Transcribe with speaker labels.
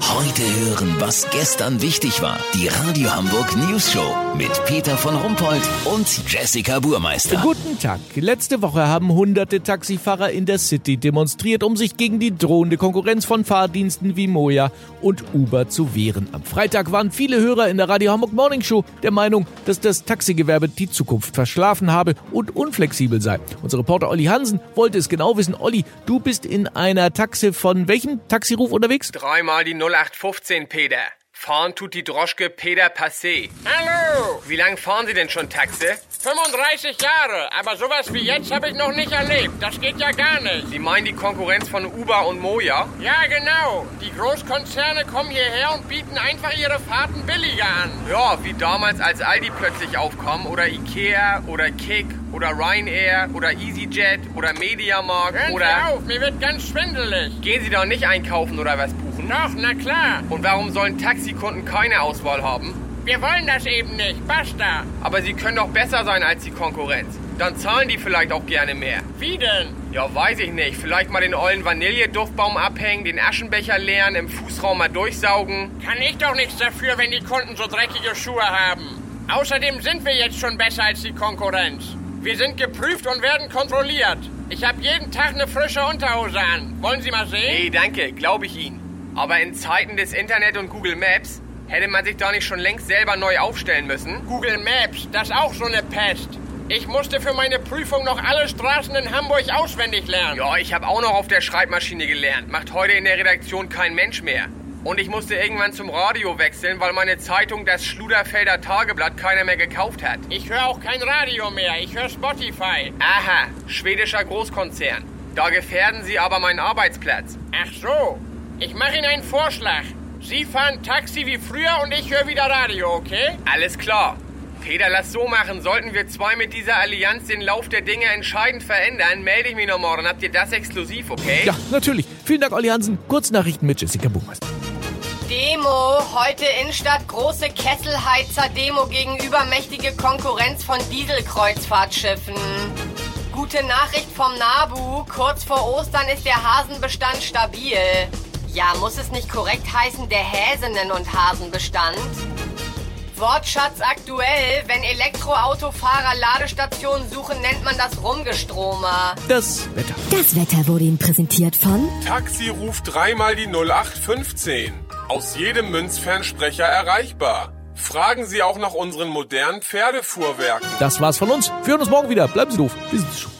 Speaker 1: Heute hören, was gestern wichtig war. Die Radio Hamburg News Show mit Peter von Rumpold und Jessica Burmeister.
Speaker 2: Guten Tag. Letzte Woche haben hunderte Taxifahrer in der City demonstriert, um sich gegen die drohende Konkurrenz von Fahrdiensten wie Moja und Uber zu wehren. Am Freitag waren viele Hörer in der Radio Hamburg Morning Show der Meinung, dass das Taxigewerbe die Zukunft verschlafen habe und unflexibel sei. Unser Reporter Olli Hansen wollte es genau wissen. Olli, du bist in einer Taxe von welchem Taxiruf unterwegs?
Speaker 3: Dreimal die 0815, Peter. Fahren tut die Droschke Peter Passé.
Speaker 4: Hallo!
Speaker 3: Wie lange fahren Sie denn schon Taxe?
Speaker 4: 35 Jahre, aber sowas wie jetzt habe ich noch nicht erlebt. Das geht ja gar nicht.
Speaker 3: Sie meinen die Konkurrenz von Uber und Moja?
Speaker 4: Ja, genau. Die Großkonzerne kommen hierher und bieten einfach ihre Fahrten billiger an.
Speaker 3: Ja, wie damals, als Aldi plötzlich aufkam oder Ikea oder Kick oder Ryanair oder EasyJet oder Mediamarkt
Speaker 4: Hören
Speaker 3: oder...
Speaker 4: Sie auf, mir wird ganz schwindelig.
Speaker 3: Gehen Sie doch nicht einkaufen oder was buchen?
Speaker 4: Doch, na klar.
Speaker 3: Und warum sollen Taxikunden keine Auswahl haben?
Speaker 4: Wir wollen das eben nicht. Basta.
Speaker 3: Aber sie können doch besser sein als die Konkurrenz. Dann zahlen die vielleicht auch gerne mehr.
Speaker 4: Wie denn?
Speaker 3: Ja, weiß ich nicht. Vielleicht mal den ollen Vanilleduftbaum abhängen, den Aschenbecher leeren, im Fußraum mal durchsaugen.
Speaker 4: Kann ich doch nichts dafür, wenn die Kunden so dreckige Schuhe haben. Außerdem sind wir jetzt schon besser als die Konkurrenz. Wir sind geprüft und werden kontrolliert. Ich habe jeden Tag eine frische Unterhose an. Wollen Sie mal sehen?
Speaker 3: Nee, danke, glaube ich Ihnen. Aber in Zeiten des Internet und Google Maps hätte man sich da nicht schon längst selber neu aufstellen müssen.
Speaker 4: Google Maps, das ist auch so eine Pest. Ich musste für meine Prüfung noch alle Straßen in Hamburg auswendig lernen.
Speaker 3: Ja, ich habe auch noch auf der Schreibmaschine gelernt. Macht heute in der Redaktion kein Mensch mehr. Und ich musste irgendwann zum Radio wechseln, weil meine Zeitung das Schluderfelder Tageblatt keiner mehr gekauft hat.
Speaker 4: Ich höre auch kein Radio mehr, ich höre Spotify.
Speaker 3: Aha, schwedischer Großkonzern. Da gefährden Sie aber meinen Arbeitsplatz.
Speaker 4: Ach so, ich mache Ihnen einen Vorschlag. Sie fahren Taxi wie früher und ich höre wieder Radio, okay?
Speaker 3: Alles klar. Peter, lass so machen. Sollten wir zwei mit dieser Allianz den Lauf der Dinge entscheidend verändern, melde ich mich noch morgen. Habt ihr das exklusiv, okay?
Speaker 2: Ja, natürlich. Vielen Dank, Olli Hansen. Kurznachrichten mit Jessica Buchmeister.
Speaker 5: Demo. Heute Innenstadt große Kesselheizer-Demo gegen übermächtige Konkurrenz von Dieselkreuzfahrtschiffen. Gute Nachricht vom NABU. Kurz vor Ostern ist der Hasenbestand stabil. Ja, muss es nicht korrekt heißen, der Häsinnen- und Hasenbestand? Wortschatz aktuell. Wenn Elektroautofahrer Ladestationen suchen, nennt man das Rumgestromer.
Speaker 2: Das Wetter.
Speaker 6: Das Wetter wurde Ihnen präsentiert von
Speaker 7: Taxi ruft dreimal die 0815. Aus jedem Münzfernsprecher erreichbar. Fragen Sie auch nach unseren modernen Pferdefuhrwerken.
Speaker 2: Das war's von uns. Wir hören uns morgen wieder. Bleiben Sie doof. Wir sind schon.